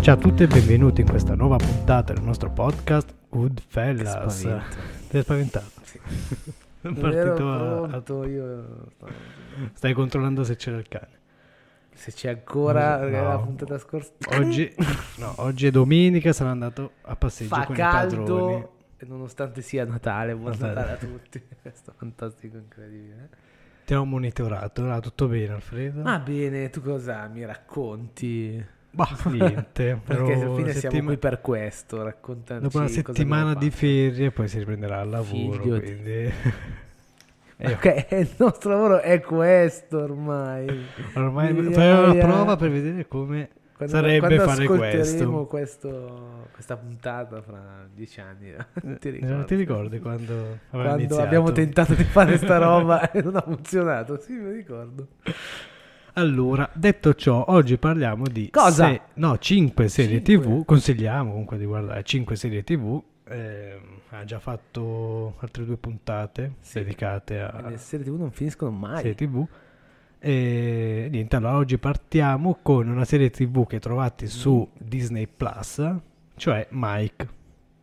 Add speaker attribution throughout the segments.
Speaker 1: Ciao a tutti e benvenuti in questa nuova puntata del nostro podcast Woodfellas.
Speaker 2: Spavento.
Speaker 1: Ti sei spaventato? Sono
Speaker 2: Non ero
Speaker 1: partito a- a-
Speaker 2: pronto, io stavo-
Speaker 1: Stai controllando se c'era il cane.
Speaker 2: se c'è ancora
Speaker 1: No.
Speaker 2: la puntata scorsa
Speaker 1: Oggi, no, oggi è domenica, sono andato a passeggio
Speaker 2: fa
Speaker 1: con i padroni.
Speaker 2: caldo e nonostante sia Natale, buon
Speaker 1: Natale.
Speaker 2: Natale, a tutti. Questo fantastico incredibile. eh.
Speaker 1: Ti ho monitorato, era tutto bene Alfredo?
Speaker 2: Va bene, tu cosa mi racconti?
Speaker 1: Bah, niente.
Speaker 2: Perché alla fine siamo
Speaker 1: settima-
Speaker 2: qui per questo, raccontaci
Speaker 1: Dopo una
Speaker 2: cosa abbiamo
Speaker 1: settimana di
Speaker 2: fatto.
Speaker 1: ferie poi si riprenderà al lavoro,
Speaker 2: Figlio di-
Speaker 1: quindi...
Speaker 2: Eh, Ok, il nostro lavoro è questo ormai.
Speaker 1: Ormai
Speaker 2: Mi
Speaker 1: fai una
Speaker 2: noia.
Speaker 1: prova per vedere come
Speaker 2: Quando-
Speaker 1: sarebbe
Speaker 2: quando
Speaker 1: fare questo.
Speaker 2: ascolteremo questo- questa puntata fra dieci anni, non ti
Speaker 1: Eh,
Speaker 2: ricordo.
Speaker 1: non ti ricordi quando, aveva
Speaker 2: Quando
Speaker 1: iniziato?
Speaker 2: abbiamo tentato di fare sta roba e non ha funzionato, sì, mi ricordo.
Speaker 1: Allora, detto ciò, oggi parliamo di
Speaker 2: Cosa?
Speaker 1: se- no, 5 serie TV,
Speaker 2: Cinque.
Speaker 1: consigliamo comunque di guardare 5 serie TV. ehm, ha già fatto altre due puntate
Speaker 2: Sì.
Speaker 1: dedicate
Speaker 2: E
Speaker 1: a
Speaker 2: le serie TV non finiscono mai.
Speaker 1: serie TV. E niente, allora oggi partiamo con una serie TV che
Speaker 2: Mm.
Speaker 1: trovate su Disney Plus, cioè Mike.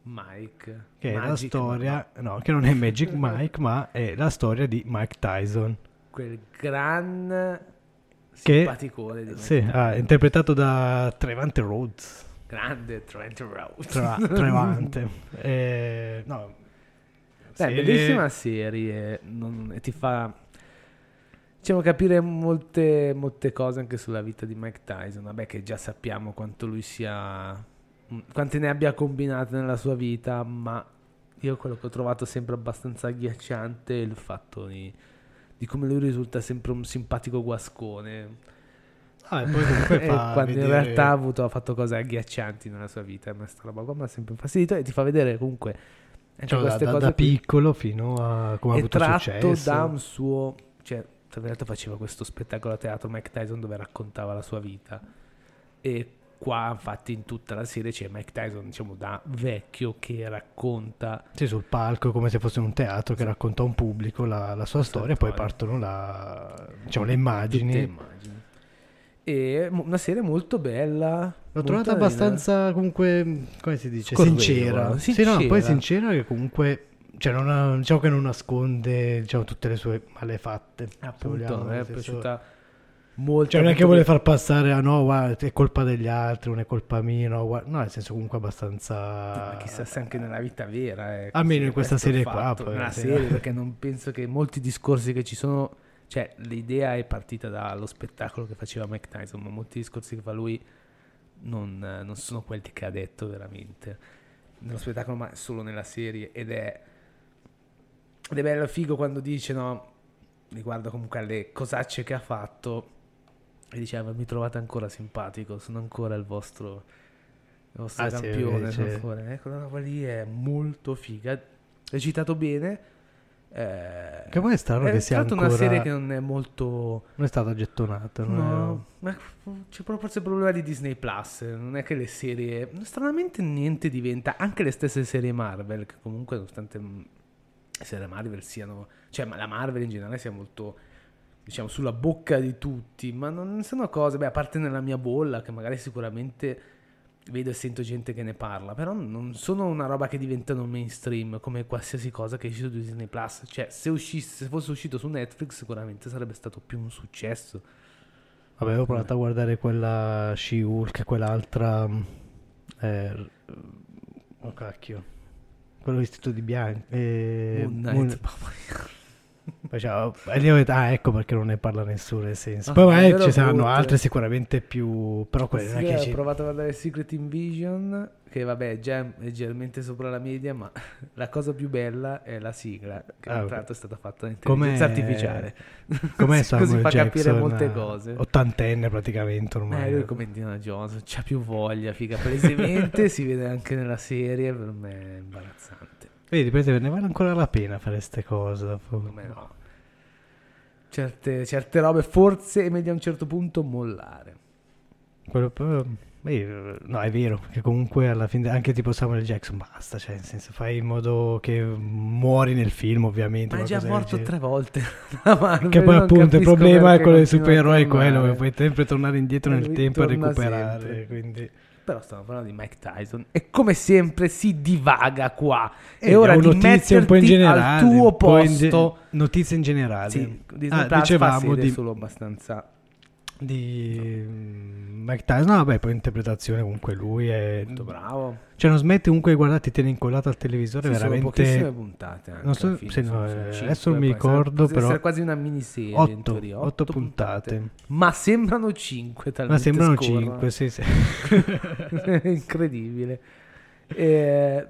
Speaker 2: Mike.
Speaker 1: che è la
Speaker 2: Magic,
Speaker 1: storia, no, che non è Magic Mike, ma è la storia di Mike Tyson,
Speaker 2: ma Quel gran
Speaker 1: Che-
Speaker 2: simpaticone di
Speaker 1: sì, ah, interpretato da Trevante Rhodes.
Speaker 2: grande Trent Road.
Speaker 1: Tra- Trevante, Eh, no,
Speaker 2: Beh,
Speaker 1: serie-
Speaker 2: bellissima serie, non- e ti fa diciamo, capire molte, molte cose anche sulla vita di Mike Tyson. Vabbè, che già sappiamo quanto lui sia, mh, quante ne abbia combinate nella sua vita, ma io quello che ho trovato sempre abbastanza agghiacciante è il fatto di, di come lui risulta sempre un simpatico guascone.
Speaker 1: Ah, e poi comunque
Speaker 2: E
Speaker 1: fa
Speaker 2: quando in
Speaker 1: vedere-
Speaker 2: realtà ha, avuto, ha fatto cose agghiaccianti nella sua vita, ma sta roba qua mi ha sempre infastidito e ti fa vedere comunque anche
Speaker 1: cioè, da,
Speaker 2: queste
Speaker 1: da-
Speaker 2: cose
Speaker 1: da
Speaker 2: qui
Speaker 1: piccolo fino a come ha
Speaker 2: è
Speaker 1: avuto
Speaker 2: tratto
Speaker 1: successo.
Speaker 2: da un suo cioè tra l'altro faceva questo spettacolo a teatro Mike Tyson dove raccontava la sua vita e qua infatti in tutta la serie c'è Mike Tyson diciamo da vecchio che racconta
Speaker 1: Sì, sul palco come se fosse un teatro che racconta a un pubblico la, la sua storia, poi
Speaker 2: storia.
Speaker 1: partono la, diciamo, le
Speaker 2: tutte le
Speaker 1: immagini.
Speaker 2: immagini e mo- una serie molto bella
Speaker 1: L'ho
Speaker 2: molto
Speaker 1: trovata
Speaker 2: carina.
Speaker 1: abbastanza comunque, come si dice,
Speaker 2: Scorrevole,
Speaker 1: sincera. Sì, no,
Speaker 2: sincera.
Speaker 1: poi sincera che comunque, cioè non ha- diciamo che non nasconde diciamo, tutte le sue malefatte. se
Speaker 2: appunto
Speaker 1: vogliamo,
Speaker 2: mi è
Speaker 1: nel senso-
Speaker 2: piaciuta molto
Speaker 1: Cioè non è che
Speaker 2: molto
Speaker 1: vuole
Speaker 2: bene.
Speaker 1: far passare a no, guarda, è colpa degli altri, non è colpa mia, no, guarda- no, nel senso comunque abbastanza...
Speaker 2: Ma chissà se anche nella vita vera è
Speaker 1: Almeno
Speaker 2: così,
Speaker 1: in questa
Speaker 2: questo è il
Speaker 1: serie qua,
Speaker 2: fatto,
Speaker 1: poi,
Speaker 2: nella
Speaker 1: sì.
Speaker 2: serie perché non penso che molti discorsi che ci sono cioè l'idea è partita dallo spettacolo che faceva Mike Tyson ma molti discorsi che fa lui non, non sono quelli che ha detto veramente nello spettacolo ma solo nella serie ed è ed è bello figo quando dice no riguardo comunque alle cosacce che ha fatto e diceva mi trovate ancora simpatico sono ancora il vostro il vostro
Speaker 1: Ah, sì,
Speaker 2: campione
Speaker 1: invece-
Speaker 2: sono ancora- eh, quella roba lì è molto figa recitato bene eh,
Speaker 1: Che poi è strano che sia
Speaker 2: tra l'altro
Speaker 1: ancora-
Speaker 2: una serie che non è molto
Speaker 1: Non è stata gettonata, Esatto, non
Speaker 2: No, ma c'è proprio forse il problema di Disney Plus. Non è che le serie. Stranamente niente diventa. Anche le stesse serie Marvel, che comunque, nonostante mh, le serie Marvel siano. cioè, ma la Marvel in generale sia molto. diciamo sulla bocca di tutti. Ma non sono cose. Beh, a parte nella mia bolla, che magari sicuramente vedo e sento gente che ne parla, però non sono una roba che diventano mainstream come qualsiasi cosa che esce su Disney Plus. Cioè, se, uscisse, se fosse uscito su Netflix, sicuramente sarebbe stato più un successo.
Speaker 1: Vabbè, avevo provato a guardare quella She-Hulk, quell'altra... mm, Eh, oh cacchio. Quello vestito di bianco. Eh,
Speaker 2: Moon Knight,
Speaker 1: Moon-
Speaker 2: mamma mia.
Speaker 1: Facciamo- e lì ho detto, ah, ecco perché non ne parla nessuno. Nel senso.
Speaker 2: Ah,
Speaker 1: Poi magari
Speaker 2: quello
Speaker 1: ci saranno
Speaker 2: brutto.
Speaker 1: altre sicuramente più. Però quelle non è
Speaker 2: Sì, eh,
Speaker 1: che
Speaker 2: ho
Speaker 1: ci-
Speaker 2: provato a guardare Secret Invasion, che vabbè già è leggermente sopra la media, ma la cosa più bella è la sigla, che
Speaker 1: Ah,
Speaker 2: tra
Speaker 1: ok.
Speaker 2: l'altro è stata fatta in
Speaker 1: Com'è-
Speaker 2: intelligenza artificiale.
Speaker 1: Com'è
Speaker 2: Così
Speaker 1: Samuel
Speaker 2: fa capire
Speaker 1: Jackson,
Speaker 2: molte
Speaker 1: eh,
Speaker 2: cose.
Speaker 1: Ottantenne praticamente ormai.
Speaker 2: Eh, lui come Indiana Jones, c'ha più voglia, figa, palesemente, si vede anche nella serie, per me è imbarazzante.
Speaker 1: Vedi, per esempio, ne vale ancora la pena fare queste cose. dopo.
Speaker 2: Come no. Certe, certe robe forse è meglio a un certo punto mollare.
Speaker 1: Quello però- beh, No, è vero, che comunque alla fine anche tipo Samuel Jackson basta, cioè nel senso fai in modo che muori nel film ovviamente.
Speaker 2: Ma è già
Speaker 1: qualcosa del
Speaker 2: morto
Speaker 1: genere.
Speaker 2: tre volte. la Marvel,
Speaker 1: Che poi
Speaker 2: non
Speaker 1: appunto il
Speaker 2: capisco
Speaker 1: problema è
Speaker 2: perché
Speaker 1: quello dei
Speaker 2: continua a
Speaker 1: supereroi, è quello che
Speaker 2: tornare.
Speaker 1: puoi sempre tornare indietro
Speaker 2: E
Speaker 1: nel
Speaker 2: lui
Speaker 1: tempo e
Speaker 2: torna
Speaker 1: recuperare.
Speaker 2: sempre.
Speaker 1: Quindi...
Speaker 2: Però stiamo parlando di Mike Tyson e come sempre si divaga qua.
Speaker 1: Eh,
Speaker 2: E ora
Speaker 1: ho
Speaker 2: di
Speaker 1: notizie un po' in
Speaker 2: metterti
Speaker 1: generale,
Speaker 2: al tuo
Speaker 1: un po' in ge-
Speaker 2: posto.
Speaker 1: notizie in generale.
Speaker 2: Sì, Disney
Speaker 1: Ah,
Speaker 2: Plus fa
Speaker 1: dicevamo
Speaker 2: serie
Speaker 1: di,
Speaker 2: solo abbastanza
Speaker 1: di mm, Mike Tyson. No, vabbè, poi interpretazione comunque lui è
Speaker 2: molto bravo.
Speaker 1: Cioè non smette comunque di guardare, ti tiene incollato al televisore
Speaker 2: Ci sono pochissime
Speaker 1: veramente
Speaker 2: puntate. anche
Speaker 1: non so
Speaker 2: alla fine,
Speaker 1: se no,
Speaker 2: sono-
Speaker 1: eh,
Speaker 2: sono
Speaker 1: adesso
Speaker 2: cinque,
Speaker 1: non mi
Speaker 2: poi sarà-
Speaker 1: ricordo,
Speaker 2: potrebbe
Speaker 1: però-
Speaker 2: essere quasi una miniserie in
Speaker 1: 8,
Speaker 2: teoria, otto
Speaker 1: puntate.
Speaker 2: Ma sembrano 5 talmente
Speaker 1: Ma sembrano
Speaker 2: scorrono.
Speaker 1: 5, sì, sì.
Speaker 2: incredibile Eh,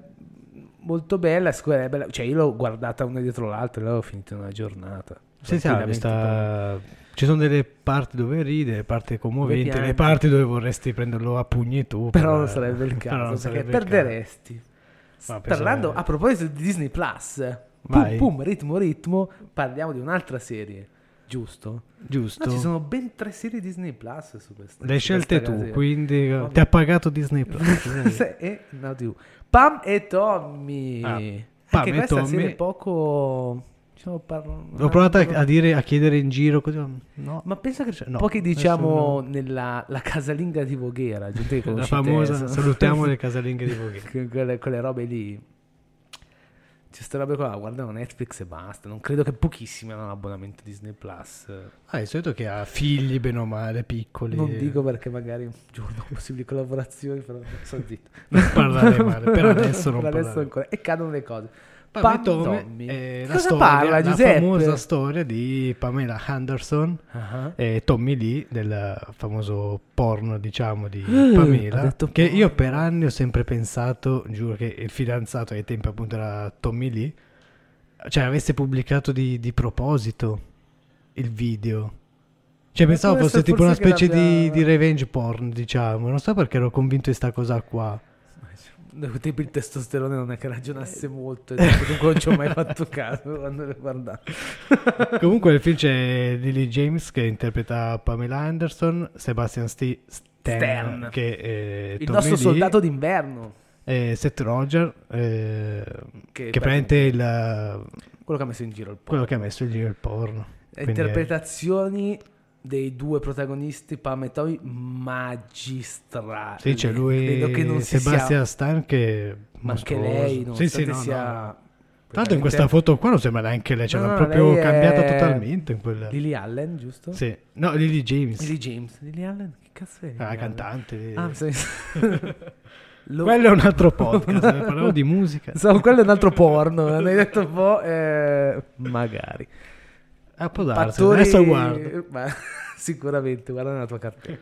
Speaker 2: molto bella, scu- è bella- cioè io l'ho guardata una dietro l'altra e l'avevo finita in una giornata
Speaker 1: Sì, sì,
Speaker 2: Tranquillamente,
Speaker 1: sta... ah, Ci sono delle parti dove ride, delle parti commoventi,
Speaker 2: piangi.
Speaker 1: le parti dove vorresti prenderlo a pugni tu.
Speaker 2: però
Speaker 1: per-
Speaker 2: non sarebbe il
Speaker 1: Eh, però non
Speaker 2: caso perché
Speaker 1: sarebbe il caso.
Speaker 2: perderesti
Speaker 1: Ma
Speaker 2: parlando
Speaker 1: pensavo-
Speaker 2: a proposito di Disney Plus pum
Speaker 1: Vai.
Speaker 2: pum ritmo ritmo parliamo di un'altra serie giusto?
Speaker 1: Giusto.
Speaker 2: Ma ci sono ben tre serie Disney Plus su questa
Speaker 1: Le
Speaker 2: su
Speaker 1: scelte
Speaker 2: questa
Speaker 1: tu,
Speaker 2: casella.
Speaker 1: quindi
Speaker 2: Vabbè.
Speaker 1: ti ha pagato Disney Plus.
Speaker 2: Se- e Now TV. Pam e Tommy.
Speaker 1: Ah,
Speaker 2: Anche
Speaker 1: Pam e
Speaker 2: questa
Speaker 1: Tommy.
Speaker 2: serie poco diciamo, parlo-
Speaker 1: L'ho provata a, dire, a chiedere in giro così, ma no.
Speaker 2: ma pensa che
Speaker 1: Cioè, no,
Speaker 2: pochi
Speaker 1: nessuno-
Speaker 2: diciamo nella la casalinga di Voghera, gente che
Speaker 1: La
Speaker 2: conoscete,
Speaker 1: famosa,
Speaker 2: sono-
Speaker 1: salutiamo le casalinghe di Voghera.
Speaker 2: que- quelle, quelle robe lì. C'è sta roba qua, guardano Netflix e basta. Non credo che pochissimi hanno un abbonamento Disney Plus.
Speaker 1: Ah, è solito che ha figli bene o male, piccoli.
Speaker 2: Non dico perché magari un giorno possibili collaborazioni, però sono zitto.
Speaker 1: eh, Non parlare male, per adesso non
Speaker 2: Per adesso
Speaker 1: parlare.
Speaker 2: ancora. E cadono le cose.
Speaker 1: Pam e
Speaker 2: Pam e
Speaker 1: Tommy
Speaker 2: Tommy.
Speaker 1: è eh, la,
Speaker 2: Cosa
Speaker 1: storia,
Speaker 2: parla,
Speaker 1: la
Speaker 2: Giuseppe? Ah.
Speaker 1: famosa storia di Pamela Anderson e eh, Tommy Lee del famoso porno diciamo di
Speaker 2: Eh, ha
Speaker 1: Pamela
Speaker 2: detto
Speaker 1: che io
Speaker 2: porno.
Speaker 1: per anni ho sempre pensato giuro che il fidanzato ai tempi appunto era Tommy Lee cioè avesse pubblicato di, di proposito il video cioè pensavo
Speaker 2: questo
Speaker 1: fosse tipo una
Speaker 2: forse che
Speaker 1: specie di,
Speaker 2: l'abbia-
Speaker 1: di revenge porn diciamo non so perché ero convinto di sta cosa qua
Speaker 2: Nel tempo Eh, il testosterone non è che ragionasse molto, e dopo- dunque non ci ho mai fatto caso quando l'ho guardato.
Speaker 1: Comunque nel film c'è Lily James che interpreta Pamela Anderson, Sebastian Sti- Stan,
Speaker 2: Stan.
Speaker 1: che è
Speaker 2: Il
Speaker 1: Tommy
Speaker 2: nostro
Speaker 1: Lee,
Speaker 2: soldato d'inverno,
Speaker 1: e Seth Roger, eh,
Speaker 2: Che
Speaker 1: che,
Speaker 2: beh, eh,
Speaker 1: prende il,
Speaker 2: quello che ha messo in giro il po'.
Speaker 1: quello che ha messo in giro il porno. Quindi è-
Speaker 2: Interpretazioni dei due protagonisti, Pam e Tommy, magistrali.
Speaker 1: Sì, c'è lui,
Speaker 2: Credo che non si
Speaker 1: Sebastian
Speaker 2: sia...
Speaker 1: Stan che...
Speaker 2: Ma anche
Speaker 1: mostruoso.
Speaker 2: lei, non
Speaker 1: Sì, sì, no,
Speaker 2: sia...
Speaker 1: no. Tra l'altro in questa foto qua non sembra neanche lei, cioè
Speaker 2: No,
Speaker 1: l'ha
Speaker 2: no,
Speaker 1: proprio
Speaker 2: lei è-
Speaker 1: cambiata totalmente. in quella-
Speaker 2: Lily Allen, giusto?
Speaker 1: Sì. No, Lily James,
Speaker 2: Lily James. Lily Allen, che cazzo è? Lily
Speaker 1: la
Speaker 2: Allen?
Speaker 1: cantante.
Speaker 2: Ah, mi sa- Lo-
Speaker 1: Quello è un altro podcast, eh, parliamo di musica.
Speaker 2: Pensavo, quello è un altro porno, non hai detto un po', eh, magari.
Speaker 1: Ah, può darsi,
Speaker 2: Attori...
Speaker 1: adesso guardo.
Speaker 2: Ma, sicuramente, guarda nella tua cartella.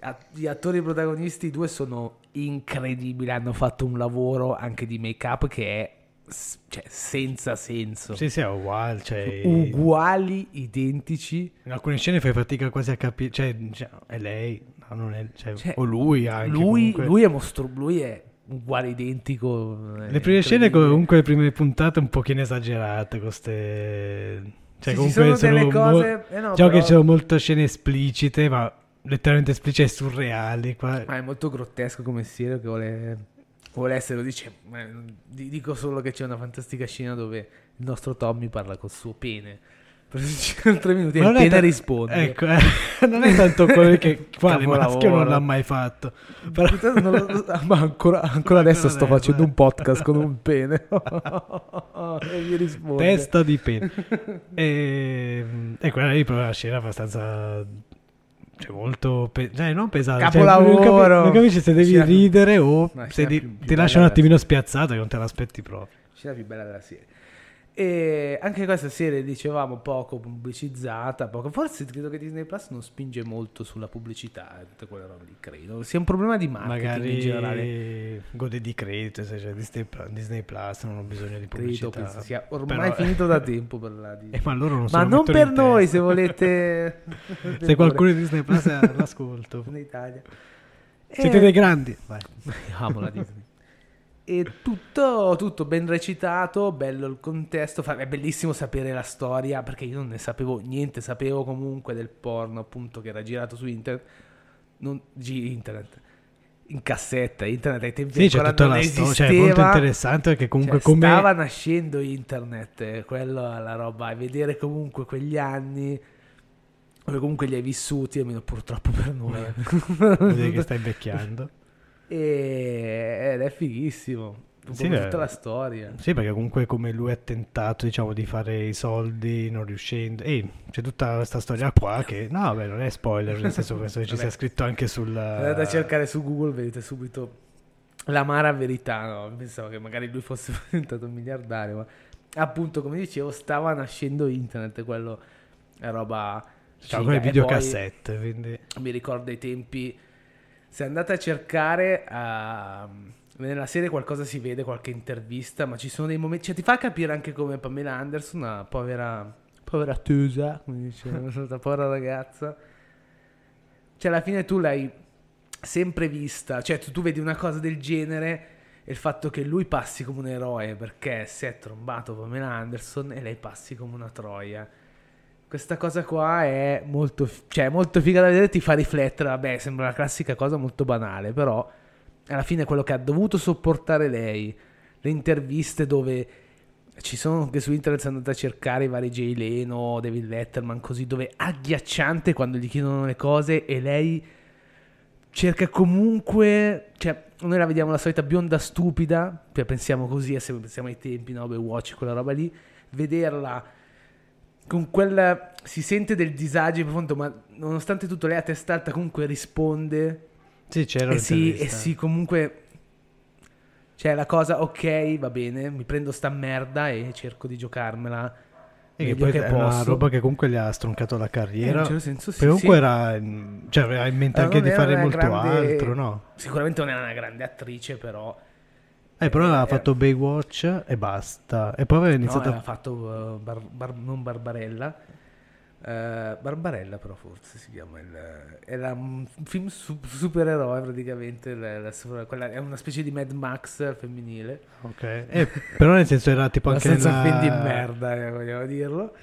Speaker 2: A- Gli attori protagonisti, i due sono incredibili, hanno fatto un lavoro anche di make-up che è s- cioè, senza senso.
Speaker 1: Sì, sì, è uguale. Cioè,
Speaker 2: Uguali, identici.
Speaker 1: in alcune scene fai fatica quasi a capire. Cioè, cioè, è lei, no, non è- cioè,
Speaker 2: Cioè,
Speaker 1: o lui anche.
Speaker 2: Lui,
Speaker 1: comunque.
Speaker 2: lui è mostro, lui è uguale, identico. è
Speaker 1: Le prime scene,
Speaker 2: incredibile.
Speaker 1: comunque, le prime puntate un pochino esagerate. Queste. Cioè,
Speaker 2: Sì, ci
Speaker 1: comunque
Speaker 2: sono delle cose-
Speaker 1: mo-
Speaker 2: eh no,
Speaker 1: diciamo
Speaker 2: però-
Speaker 1: che ci sono molte scene esplicite, ma letteralmente esplicite e surreali. Qua.
Speaker 2: Ma è molto grottesco come stile che vuole, vuole essere, lo dice, ma, di- dico solo che c'è una fantastica scena dove il nostro Tommy parla col suo pene tre minuti e
Speaker 1: Ma non è
Speaker 2: appena
Speaker 1: ta-
Speaker 2: risponde.
Speaker 1: Ecco, eh, non è tanto quello che quale
Speaker 2: Capolavoro.
Speaker 1: maschio non l'ha mai fatto. Però-
Speaker 2: Intanto non lo- ah, ma ancora, ancora adesso sto
Speaker 1: adesso,
Speaker 2: facendo
Speaker 1: eh.
Speaker 2: un podcast con un pene e mi risponde.
Speaker 1: Testa di pene. e, e quella lì proprio è una scena abbastanza... Cioè molto... pe- cioè non pesante. cioè, non, capi-
Speaker 2: Capolavoro.
Speaker 1: non capisci se devi
Speaker 2: Scena-
Speaker 1: ridere o
Speaker 2: Una
Speaker 1: se
Speaker 2: scena
Speaker 1: di-
Speaker 2: più- più
Speaker 1: ti
Speaker 2: bella
Speaker 1: lascia un
Speaker 2: della
Speaker 1: attimino spiazzato che non te l'aspetti proprio.
Speaker 2: Scena più bella della serie. E anche questa serie dicevamo poco pubblicizzata, poco. forse credo che Disney Plus non spinge molto sulla pubblicità, e tutte quelle robe lì, credo. Sia un problema di marketing Ah, in generale.
Speaker 1: Magari gode di credito, se c'è Disney, Pl- Disney Plus, non ho bisogno di
Speaker 2: Credo
Speaker 1: pubblicità.
Speaker 2: penso sia ormai
Speaker 1: Però-
Speaker 2: finito da tempo per la Disney.
Speaker 1: Eh, ma loro non se
Speaker 2: ma
Speaker 1: lo
Speaker 2: non
Speaker 1: mettono
Speaker 2: per
Speaker 1: in
Speaker 2: noi,
Speaker 1: testa.
Speaker 2: se volete.
Speaker 1: Se qualcuno di Disney Plus è all'ascolto.
Speaker 2: in Italia.
Speaker 1: Siete
Speaker 2: Eh,
Speaker 1: dei grandi. Vai.
Speaker 2: Amo la Disney. E tutto, tutto ben recitato, bello il contesto, fa- è bellissimo sapere la storia perché io non ne sapevo niente, sapevo comunque del porno appunto che era girato su internet, non, gi- internet, in cassetta, internet ai tempi
Speaker 1: Sì, c'è
Speaker 2: ancora
Speaker 1: tutta
Speaker 2: non
Speaker 1: la
Speaker 2: esisteva,
Speaker 1: storia. Cioè, è molto interessante perché comunque
Speaker 2: Cioè,
Speaker 1: come...
Speaker 2: stava nascendo internet, eh, quello è la roba, e vedere comunque quegli anni, dove comunque li hai vissuti, almeno purtroppo per
Speaker 1: Vuol dire che
Speaker 2: noi,
Speaker 1: sta invecchiando.
Speaker 2: E- ed è fighissimo. Un
Speaker 1: Sì,
Speaker 2: po'
Speaker 1: eh.
Speaker 2: tutta la storia.
Speaker 1: Sì, perché comunque come lui ha tentato, diciamo, di fare i soldi non riuscendo. E c'è tutta questa storia qua che... No, vabbè, non è spoiler, nel senso penso che ci sia
Speaker 2: Vabbè.
Speaker 1: scritto anche sulla...
Speaker 2: Andate a cercare su Google, vedete subito la Mara Verità. no? Pensavo che magari lui fosse diventato un miliardario, ma appunto, come dicevo, stava nascendo internet, quello è roba.
Speaker 1: Cioè,
Speaker 2: figa.
Speaker 1: con le
Speaker 2: E poi
Speaker 1: videocassette, quindi...
Speaker 2: Mi ricordo i tempi. Se andate a cercare ehm, nella serie qualcosa si vede, qualche intervista, ma ci sono dei momenti. Cioè, ti fa capire anche come Pamela Anderson, una povera. povera tusa, come dice una povera ragazza. Cioè, alla fine tu l'hai sempre vista. Cioè, tu, tu vedi una cosa del genere. E il fatto che lui passi come un eroe perché si è trombato Pamela Anderson e lei passi come una troia. Questa cosa qua è molto, f- cioè, è molto figa da vedere, ti fa riflettere. Vabbè, sembra una classica cosa molto banale, però alla fine è quello che ha dovuto sopportare lei. Le interviste dove ci sono anche su internet, se andate a cercare i vari Jay Leno, David Letterman, così, dove è agghiacciante quando gli chiedono le cose e lei cerca comunque, cioè, noi la vediamo la solita bionda stupida, cioè, pensiamo così, e se pensiamo ai tempi, no, Watch, quella roba lì, vederla con quel si sente del disagio profondo, ma nonostante tutto lei a testa alta comunque risponde
Speaker 1: Sì, c'era
Speaker 2: e Eh sì,
Speaker 1: l'intervista.
Speaker 2: e sì, comunque cioè la cosa ok, va bene, mi prendo sta merda e cerco di giocarmela
Speaker 1: E che
Speaker 2: meglio
Speaker 1: poi
Speaker 2: che
Speaker 1: è una
Speaker 2: posso.
Speaker 1: roba che comunque gli ha stroncato la
Speaker 2: Eh, in un
Speaker 1: carriera.
Speaker 2: certo senso sì,
Speaker 1: Perché comunque
Speaker 2: sì.
Speaker 1: era in- cioè, aveva in mente anche
Speaker 2: Allora, non
Speaker 1: di
Speaker 2: era
Speaker 1: fare
Speaker 2: una
Speaker 1: molto
Speaker 2: Eh, grande-
Speaker 1: altro, no?
Speaker 2: Sicuramente non era una grande attrice, però
Speaker 1: Eh, però aveva
Speaker 2: Eh.
Speaker 1: fatto Baywatch e basta. E poi aveva
Speaker 2: No,
Speaker 1: iniziato
Speaker 2: aveva
Speaker 1: a...
Speaker 2: fatto eh, Bar- Bar- non Barbarella. Eh, Barbarella però forse si chiama il- era un film su- supereroe praticamente la- la super- quella- è una specie di Mad Max femminile
Speaker 1: Ok. Eh, però nel senso era tipo anche
Speaker 2: abbastanza
Speaker 1: nella-
Speaker 2: film di merda eh, vogliamo dirlo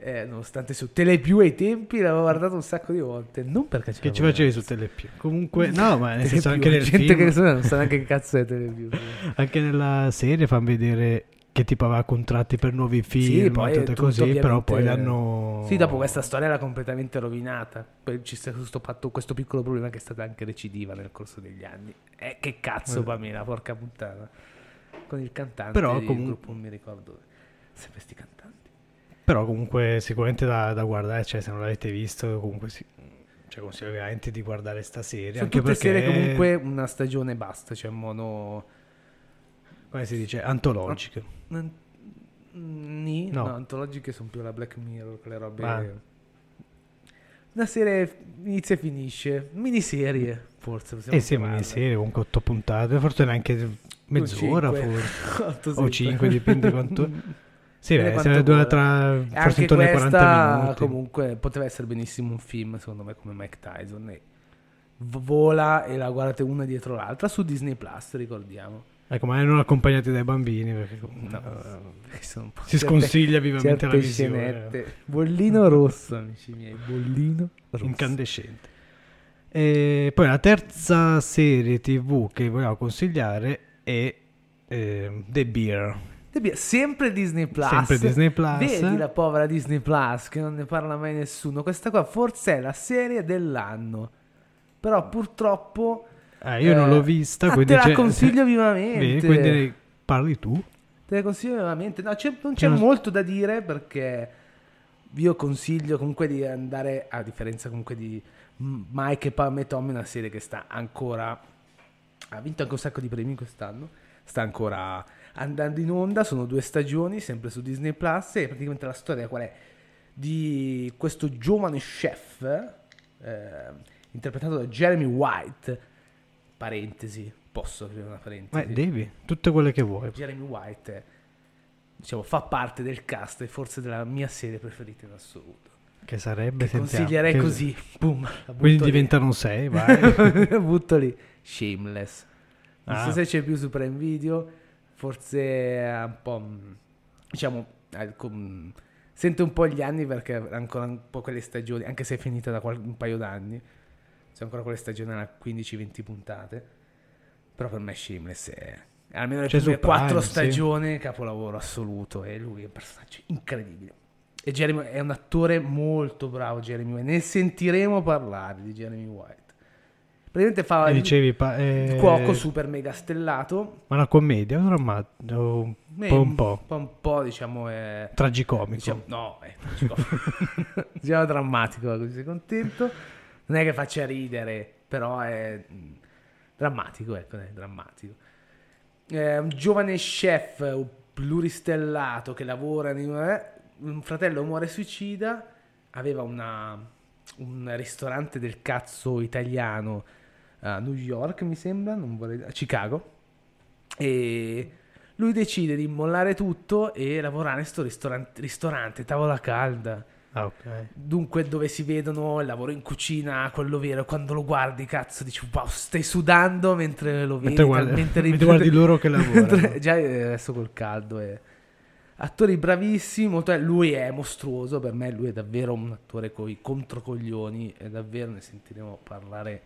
Speaker 2: Eh, nonostante su Telepiù ai tempi l'avevo guardato un sacco di volte non perché
Speaker 1: Che
Speaker 2: c'era
Speaker 1: ci
Speaker 2: quella-
Speaker 1: facevi su Telepiù. Comunque, no, ma nel senso anche nel
Speaker 2: Telepiù, gente
Speaker 1: film,
Speaker 2: che suona non sa neanche che cazzo è Telepiù
Speaker 1: anche nella serie fanno vedere che tipo aveva contratti per nuovi
Speaker 2: Sì,
Speaker 1: film
Speaker 2: poi
Speaker 1: e tutto
Speaker 2: tutto
Speaker 1: così, però
Speaker 2: ovviamente-
Speaker 1: poi l'hanno...
Speaker 2: Sì, dopo questa storia era completamente rovinata. Poi ci sta questo, fatto- questo piccolo problema che è stata anche recidiva nel corso degli anni. Eh, che cazzo, Pamela, porca puttana. Con il cantante
Speaker 1: Però
Speaker 2: di un
Speaker 1: comunque-
Speaker 2: gruppo, non mi ricordo. Sempre sti cantanti.
Speaker 1: Però comunque sicuramente da, da guardare, cioè se non l'avete visto comunque sì. Cioè consiglio veramente di guardare sta serie.
Speaker 2: Sono
Speaker 1: anche
Speaker 2: tutte
Speaker 1: perché,
Speaker 2: serie comunque una stagione e basta, cioè mono...
Speaker 1: Come si dice? Antologiche.
Speaker 2: non- Ni?
Speaker 1: No.
Speaker 2: No. antologiche sono più la Black Mirror, quelle robe...
Speaker 1: Ah.
Speaker 2: Una serie inizia e finisce. Miniserie, forse. possiamo
Speaker 1: Eh sì,
Speaker 2: chiamarla.
Speaker 1: miniserie, comunque otto puntate, forse neanche mezz'ora
Speaker 2: cinque.
Speaker 1: forse.
Speaker 2: Otto,
Speaker 1: O
Speaker 2: sempre.
Speaker 1: cinque, dipende quanto... Sì,
Speaker 2: Dipende
Speaker 1: beh,
Speaker 2: quanto
Speaker 1: se dura
Speaker 2: vuole.
Speaker 1: tra...
Speaker 2: E
Speaker 1: forse
Speaker 2: Anche
Speaker 1: intorno ai
Speaker 2: questa
Speaker 1: 40 minuti.
Speaker 2: comunque poteva essere benissimo un film, secondo me, come Mike Tyson. E v- vola e la guardate una dietro l'altra su Disney Plus, ricordiamo.
Speaker 1: Ecco, ma non accompagnati dai bambini perché comunque,
Speaker 2: No.
Speaker 1: eh,
Speaker 2: Perché sono un po'
Speaker 1: si
Speaker 2: certe-
Speaker 1: sconsiglia vivamente la
Speaker 2: certe
Speaker 1: visione. eh.
Speaker 2: scenette. Bollino rosso, amici miei, bollino rosso.
Speaker 1: Incandescente. E poi la terza serie tv che volevo consigliare è eh, ehm, The Beer.
Speaker 2: Dobbiamo- Sempre Disney Plus.
Speaker 1: Sempre Disney Plus.
Speaker 2: Vedi la povera Disney Plus che non ne parla mai nessuno. Questa qua forse è la serie dell'anno. Però purtroppo...
Speaker 1: Ah, io non
Speaker 2: eh,
Speaker 1: l'ho vista,
Speaker 2: ah,
Speaker 1: quindi
Speaker 2: te la
Speaker 1: c'è- se-
Speaker 2: consiglio vivamente.
Speaker 1: Vedi, quindi parli tu?
Speaker 2: Te le consiglio veramente. No, c'è- non c'è
Speaker 1: Non-
Speaker 2: molto da dire perché io consiglio comunque di andare, a differenza comunque di M- Mike e Pam e Tom, una serie che sta ancora... Ha vinto anche un sacco di premi quest'anno. Sta ancora andando in onda. Sono due stagioni, sempre su Disney Plus. E praticamente la storia qual è? Di questo giovane chef, eh, interpretato da Jeremy White. Parentesi, posso aprire una
Speaker 1: Ma
Speaker 2: parentesi?
Speaker 1: Eh, devi, tutte quelle che vuoi.
Speaker 2: Jeremy White eh, diciamo, fa parte del cast e forse della mia serie preferita in assoluto.
Speaker 1: Che sarebbe, sentiamo.
Speaker 2: Consiglierei
Speaker 1: Che-
Speaker 2: così, boom, la butto
Speaker 1: Quindi
Speaker 2: lì.
Speaker 1: diventano sei, vai.
Speaker 2: La butto lì. Shameless. Non so
Speaker 1: Ah.
Speaker 2: se c'è più su Prime Video, forse è un po'... mh, diciamo... eh, com- Sente un po' gli anni perché ha ancora un po' quelle stagioni, anche se è finita da qual- un paio d'anni, sono ancora quelle stagioni a 15-20 puntate. Però per me Shameless è almeno le
Speaker 1: C'è
Speaker 2: prime
Speaker 1: su Prime,
Speaker 2: quattro
Speaker 1: sì.
Speaker 2: stagioni capolavoro assoluto e lui è un personaggio incredibile. E Jeremy è un attore molto bravo Jeremy White, ne sentiremo parlare di Jeremy White. Praticamente fa
Speaker 1: E
Speaker 2: il-
Speaker 1: dicevi, pa- eh,
Speaker 2: il cuoco super mega stellato,
Speaker 1: Ma una commedia, un drammatico, un
Speaker 2: Eh,
Speaker 1: po', un po'.
Speaker 2: un po', diciamo è
Speaker 1: Tragicomico.
Speaker 2: Diciamo, no, è tragicomico. diciamo drammatico, così sei contento. Non è che faccia ridere, però è mm, drammatico, ecco, è drammatico. È un giovane chef eh, pluristellato che lavora in una- un fratello muore suicida, aveva una- un ristorante del cazzo italiano a New York, mi sembra, non vorrei, a Chicago e lui decide di mollare tutto e lavorare in sto ristoran- ristorante, tavola calda.
Speaker 1: Ah, ok.
Speaker 2: Dunque, dove si vedono il lavoro in cucina, quello vero, quando lo guardi, cazzo, dici wow, stai sudando mentre lo vedi.
Speaker 1: Mentre guardi- mentre
Speaker 2: talmente ripido-
Speaker 1: guardi loro che lavorano.
Speaker 2: Mentre- Già eh, adesso col caldo. eh. Attori bravissimi, molto- eh, lui è mostruoso, per me lui è davvero un attore con i controcoglioni, è davvero, ne sentiremo parlare.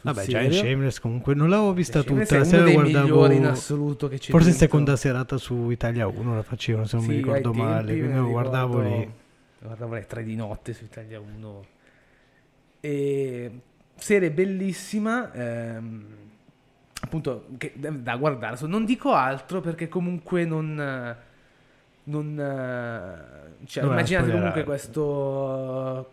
Speaker 2: sul
Speaker 1: Vabbè, già in
Speaker 2: serio.
Speaker 1: Shameless comunque non l'avevo vista
Speaker 2: Cioè,
Speaker 1: tutta.
Speaker 2: Shameless è
Speaker 1: La
Speaker 2: uno
Speaker 1: sera
Speaker 2: dei
Speaker 1: guardavo.
Speaker 2: migliori in assoluto che c'è
Speaker 1: Forse in
Speaker 2: dentro.
Speaker 1: seconda serata su Italia 1 la facevano, se non mi
Speaker 2: Sì, ai
Speaker 1: ricordo
Speaker 2: tempi
Speaker 1: male.
Speaker 2: me
Speaker 1: Quindi
Speaker 2: lo
Speaker 1: lo guardavo
Speaker 2: ricordo-
Speaker 1: lì.
Speaker 2: Guardavo alle 3 di notte su Italia 1. E serie bellissima, ehm, appunto, che- da, da guardare. So, Non dico altro perché comunque non... eh, non eh, cioè,
Speaker 1: Non la
Speaker 2: immaginate
Speaker 1: spoilerare.
Speaker 2: comunque questo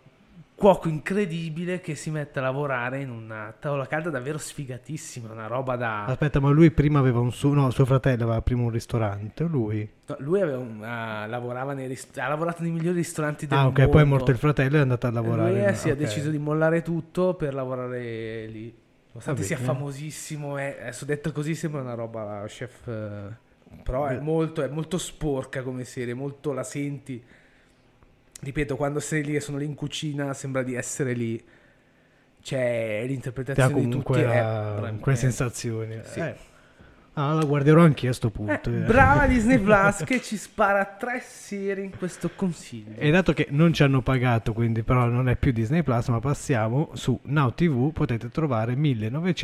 Speaker 2: cuoco incredibile che si mette a lavorare in una tavola calda davvero sfigatissima, una roba da...
Speaker 1: Aspetta, ma lui prima aveva un suo. No, suo fratello aveva prima un ristorante. Lui.
Speaker 2: No, lui aveva un- ah, lavorava nei rist- ha lavorato nei migliori ristoranti del
Speaker 1: Ah, ok.
Speaker 2: mondo.
Speaker 1: Poi è morto il fratello e è andato a
Speaker 2: E
Speaker 1: lavorare.
Speaker 2: Lui eh,
Speaker 1: là,
Speaker 2: sì, ha
Speaker 1: ok.
Speaker 2: deciso di mollare tutto per lavorare lì. Nonostante
Speaker 1: Vabbè,
Speaker 2: sia
Speaker 1: eh.
Speaker 2: famosissimo, è, adesso detto così sembra una roba chef, eh, però è molto, è molto sporca come serie, molto la senti. Ripeto, quando sei lì e sono lì in cucina sembra di essere lì. C'è
Speaker 1: Ti Cioè, ha
Speaker 2: l'interpretazione di tutti.
Speaker 1: comunque
Speaker 2: è-
Speaker 1: la- quelle sensazioni.
Speaker 2: Sì.
Speaker 1: Eh, Ah, la guarderò anch'io a sto punto.
Speaker 2: Eh,
Speaker 1: eh.
Speaker 2: brava Disney Plus che ci spara tre serie in questo consiglio.
Speaker 1: E dato che non ci hanno pagato, quindi però non è più Disney Plus, ma passiamo su Now TV, potete trovare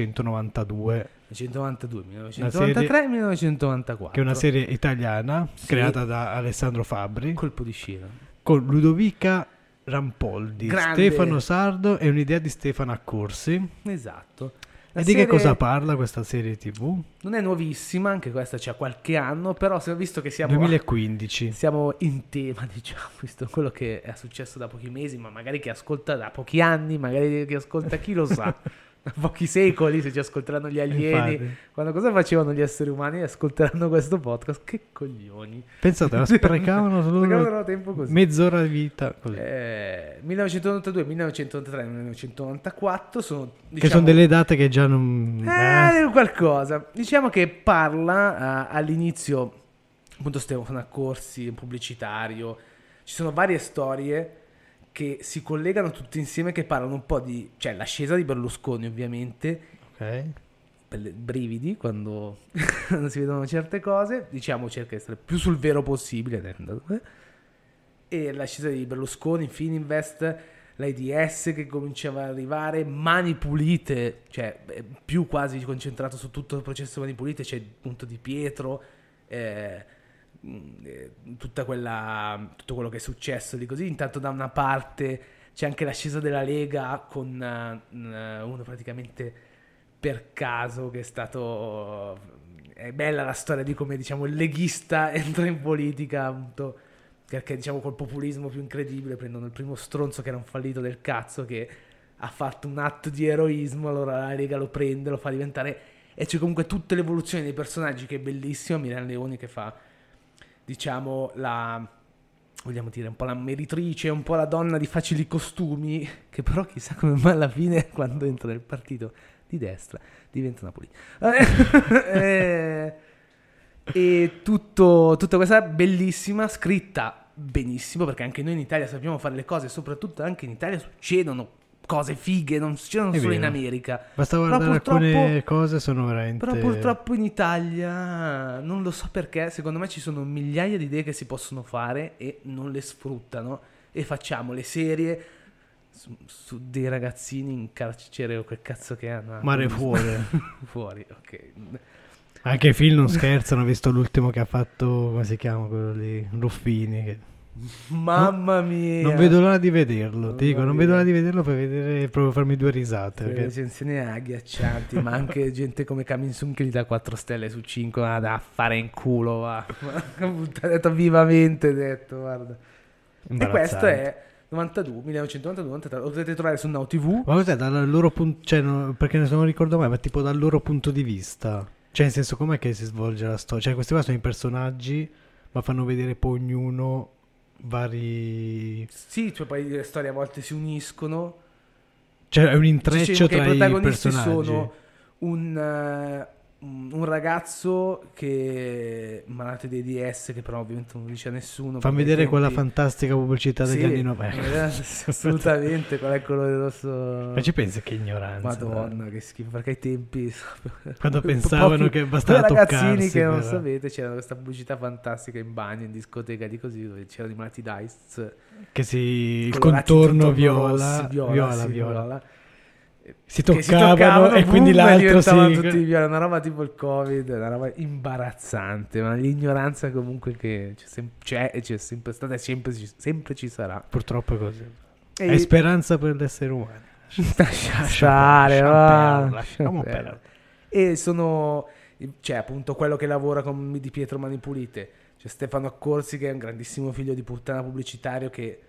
Speaker 1: 1992,
Speaker 2: 1992,
Speaker 1: Una
Speaker 2: 1993
Speaker 1: serie-
Speaker 2: 1994.
Speaker 1: che è una serie italiana
Speaker 2: Sì.
Speaker 1: creata da Alessandro Fabri
Speaker 2: colpo di scena.
Speaker 1: con Ludovica Rampoldi,
Speaker 2: Grande.
Speaker 1: Stefano Sardo e un'idea di Stefano Accorsi.
Speaker 2: Esatto. La
Speaker 1: E di che
Speaker 2: serie
Speaker 1: cosa parla questa serie TV?
Speaker 2: Non è nuovissima, anche questa c'è qualche anno, però se- visto che siamo
Speaker 1: 2015.
Speaker 2: siamo in tema, diciamo, visto quello che è successo da pochi mesi, ma magari chi ascolta da pochi anni, magari chi ascolta chi lo sa, da pochi secoli se ci ascolteranno gli alieni,
Speaker 1: Infatti.
Speaker 2: quando cosa facevano gli esseri umani ascolteranno questo podcast, che coglioni.
Speaker 1: Pensate, la sprecavano solo
Speaker 2: Sprecavano tempo così.
Speaker 1: mezz'ora di vita. così.
Speaker 2: Eh, 1992, 1993, 1994 sono,
Speaker 1: Che
Speaker 2: diciamo,
Speaker 1: sono delle date che già non... eh.
Speaker 2: eh, qualcosa. Diciamo che parla eh, all'inizio, appunto, Stefano Accorsi, un pubblicitario. Ci sono varie storie che si collegano tutte insieme, che parlano un po' di... cioè l'ascesa di Berlusconi, ovviamente,
Speaker 1: Ok.
Speaker 2: per- brividi quando, quando si vedono certe cose. Diciamo cerca di essere più sul vero possibile. intendo, eh. E l'ascesa di Berlusconi, Fininvest, l'AIDS che cominciava ad arrivare, mani pulite, cioè beh, più quasi concentrato su tutto il processo mani pulite, c'è il punto di Pietro, eh, mh, eh, tutta quella, tutto quello che è successo di così. Intanto da una parte c'è anche l'ascesa della Lega con eh, uno praticamente per caso che è stato... È bella la storia di come diciamo il leghista entra in politica appunto perché diciamo col populismo più incredibile prendono il primo stronzo che era un fallito del cazzo che ha fatto un atto di eroismo allora la Lega lo prende lo fa diventare e c'è comunque tutta l'evoluzione dei personaggi che è bellissima Milena Leoni che fa diciamo la vogliamo dire un po' la meritrice un po' la donna di facili costumi che però chissà come mai alla fine quando entra nel partito di destra diventa una politica eh, e tutto, tutta questa bellissima scritta benissimo perché anche noi in Italia sappiamo fare le cose soprattutto anche in Italia succedono cose fighe non succedono
Speaker 1: È
Speaker 2: solo in
Speaker 1: vero.
Speaker 2: America
Speaker 1: Basta
Speaker 2: Però
Speaker 1: guardare alcune
Speaker 2: purtroppo-
Speaker 1: cose, sono veramente...
Speaker 2: però purtroppo in Italia non lo so perché, secondo me ci sono migliaia di idee che si possono fare e non le sfruttano e facciamo le serie su, su dei ragazzini in carcere o quel cazzo che hanno.
Speaker 1: Mare fuori.
Speaker 2: fuori, ok.
Speaker 1: Anche i film non scherzano, ho visto l'ultimo che ha fatto, come si chiama quello lì, Ruffini. che-
Speaker 2: Mamma mia.
Speaker 1: Non vedo l'ora di vederlo,
Speaker 2: Eh, Non
Speaker 1: ti dico,
Speaker 2: lo
Speaker 1: non
Speaker 2: vedo.
Speaker 1: vedo l'ora di vederlo per vedere, proprio farmi due risate.
Speaker 2: le
Speaker 1: perché-
Speaker 2: recensioni agghiaccianti, ma anche gente come Kaminsun che gli dà 4 stelle su 5, ma da fare in culo, va. Ha detto vivamente, detto, guarda. E questo è 92, 1992, 93. Lo potete trovare su Now TV.
Speaker 1: Ma cos'è dal loro punto, cioè, no, perché non mi ricordo mai, ma tipo dal loro punto di vista. Cioè, nel senso, com'è che si svolge la storia? Cioè, questi qua sono i personaggi, ma fanno vedere poi ognuno vari...
Speaker 2: Sì, cioè poi le storie a volte si uniscono.
Speaker 1: Cioè, è un
Speaker 2: Ci
Speaker 1: intreccio
Speaker 2: dicevo che
Speaker 1: tra
Speaker 2: i
Speaker 1: i
Speaker 2: protagonisti
Speaker 1: personaggi.
Speaker 2: sono un, eh, un un ragazzo che malato di DS, che però ovviamente non dice a nessuno.
Speaker 1: Fan
Speaker 2: perché
Speaker 1: vedere
Speaker 2: ai
Speaker 1: quella
Speaker 2: tempi-
Speaker 1: fantastica pubblicità degli
Speaker 2: Sì,
Speaker 1: anni 90.
Speaker 2: eh, assolutamente, qual è il colore rosso?
Speaker 1: Ma ci pensi che ignoranza?
Speaker 2: Madonna, che schifo, perché ai tempi
Speaker 1: Quando pensavano che bastava
Speaker 2: quei ragazzini
Speaker 1: toccarsi
Speaker 2: che non
Speaker 1: per-
Speaker 2: sapete, c'era questa pubblicità fantastica in bagno, in discoteca di così, dove c'erano i malati dice
Speaker 1: Che si, il
Speaker 2: colorati
Speaker 1: contorno
Speaker 2: tutto
Speaker 1: viola,
Speaker 2: rossi,
Speaker 1: viola,
Speaker 2: viola,
Speaker 1: viola,
Speaker 2: sì, viola.
Speaker 1: Si
Speaker 2: Che si
Speaker 1: toccavano, e quindi
Speaker 2: boom,
Speaker 1: l'altro
Speaker 2: diventavano
Speaker 1: si...
Speaker 2: tutti viola, una roba tipo il covid, una roba imbarazzante, ma l'ignoranza comunque che c'è, sem- c'è e c'è sempre stata e sempre, ci- sempre ci sarà.
Speaker 1: Purtroppo è così.
Speaker 2: E-
Speaker 1: Hai speranza per l'essere umano.
Speaker 2: Lascia stare, va.
Speaker 1: perdere, lasciamo
Speaker 2: Lascia
Speaker 1: perdere.
Speaker 2: E sono, c'è appunto quello che lavora con Di Pietro Mani Pulite, c'è Stefano Accorsi che è un grandissimo figlio di puttana pubblicitario che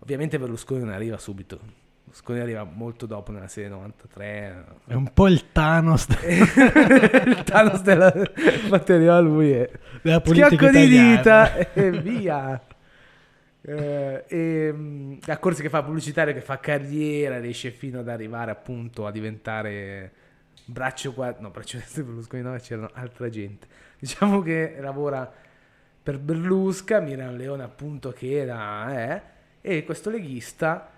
Speaker 2: ovviamente Berlusconi non arriva subito, Berlusconi arriva molto dopo nella serie 93,
Speaker 1: È un po' il Thanos
Speaker 2: Eh.
Speaker 1: de-
Speaker 2: il Thanos della infatti arriva lui e
Speaker 1: della politica
Speaker 2: schiocco di
Speaker 1: italiana.
Speaker 2: dita e via. Eh, e mh, la Corsi che fa pubblicitario, che fa carriera, riesce fino ad arrivare appunto a diventare braccio qua, no, braccio destro di Berlusconi, no, c'era altra gente. Diciamo che lavora per Berlusca, Miran Leone appunto che era, eh, e questo leghista